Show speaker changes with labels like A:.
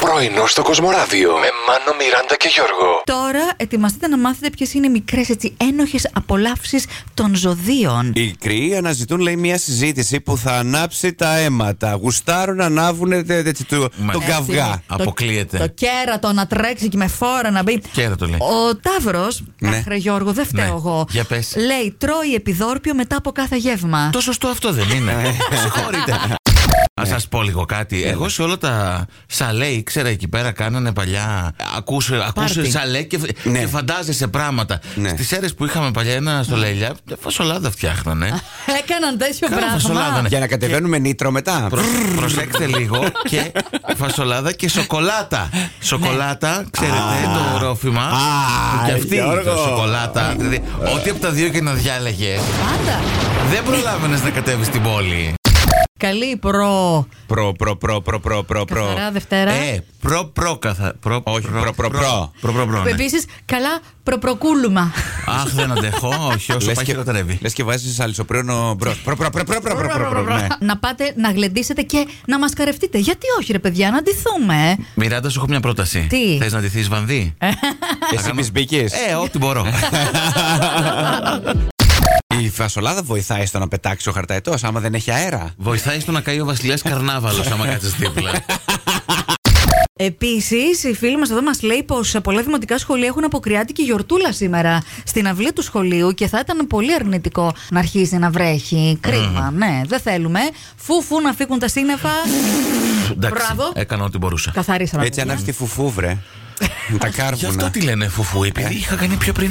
A: Πρωινό στο Κοσμοράδιο με Μάνο, Μιράντα και Γιώργο.
B: Τώρα ετοιμαστείτε να μάθετε ποιες είναι οι μικρές έτσι ένοχες απολαύσεις των ζωδίων.
C: Οι κρύοι αναζητούν, λέει, μια συζήτηση που θα ανάψει τα αίματα. Γουστάρουν να ανάβουν τε- τε- τε- το-
D: Μα- ναι.
C: τον
D: Έτσι
C: καυγά.
B: είναι.
D: Αποκλείεται.
B: Το, το κέρατο να τρέξει και με φόρα να μπει.
D: Κέρατο λέει.
B: Ο Ταύρος,
C: Ναι.
B: ναι. Γιώργο, δεν φταίω
D: Ναι.
B: εγώ.
D: Για πες.
B: Λέει τρώει επιδόρπιο μετά από κάθε γεύμα.
D: Το σωστό αυτό δεν είναι.
C: Ε,
D: Συγχωρείτε.
C: Ναι.
D: Α σας πω λίγο κάτι. Εγώ σε όλα τα σαλέ ήξερα εκεί πέρα κάνανε παλιά. Ακούσε, ακούσε
B: Πάρτι.
D: σαλέ και,
C: Ναι.
D: και φαντάζεσαι πράγματα.
C: Ναι.
D: Στις αίρες που είχαμε παλιά ένα στο Λέλια, φασολάδα φτιάχνανε.
B: Έκαναν τέτοιο
D: Κάναν φασολάδα,
B: πράγμα.
D: ναι.
C: Για να κατεβαίνουμε νήτρο μετά.
D: Προ- προσέξτε λίγο και φασολάδα και σοκολάτα. Σοκολάτα, ξέρετε, Ε, το ρόφημα.
C: Ναι. Α,
D: Και αυτή
C: Γιώργο.
D: το σοκολάτα. Δηλαδή, Ό,τι από τα δύο και να διάλεγες,
B: Πάντα.
D: δεν προλάβαινες να κατέβεις στην πόλη.
B: Καλή προ.
C: Προ, προ, προ, προ, προ, προ. προ.
B: Καθαρά Δευτέρα.
D: Ε, προ, προ, καθα... προ,
C: Όχι, προ, προ, προ.
D: προ, προ, προ, ναι.
B: Επίσης, καλά προπροκούλουμα.
D: Αχ, δεν αντέχω, όχι, όσο
C: Λες
D: πάει
C: και-
D: χειροτερεύει.
C: Λες και βάζεις αλυσοπρένο μπρος. Προ, προ, προ, προ, προ, προ, προ, προ, ναι.
B: να πάτε να γλεντήσετε και να μασκαρευτείτε. Γιατί όχι, ρε παιδιά, να αντιθούμε. ε.
D: Μιράντα, σου έχω μια πρόταση.
B: Τι?
D: Θες να ντυθείς βανδύ.
B: ε?
D: Θα
C: Εσύ
D: κάνω-
C: μπεις μπήκες.
D: Ε, ό,τι μπορώ.
C: Η φασολάδα βοηθάει στο να πετάξει ο χαρταετός άμα δεν έχει αέρα.
D: Βοηθάει στο να καεί ο Βασιλιάς Καρνάβαλος, άμα κάτσεις δίπλα.
B: Επίσης, η φίλη μας εδώ μας λέει πως πολλά δημοτικά σχολεία έχουν αποκριάτικη γιορτούλα σήμερα στην αυλή του σχολείου και θα ήταν πολύ αρνητικό να αρχίσει να βρέχει. Κρίμα, ναι, δεν θέλουμε. Φούφου να φύγουν τα σύννεφα.
D: Εντάξει, Ε,
B: Μπράβο.
D: έκανα ό,τι μπορούσα.
B: Καθαρίσαμε.
C: Έτσι
B: παιδιά.
C: ανάβει τη φουφούβρε. Τα
D: Γι' αυτό
C: κάρβουνα.
D: τι λένε φουφού, επειδή είχα κάνει πιο πριν.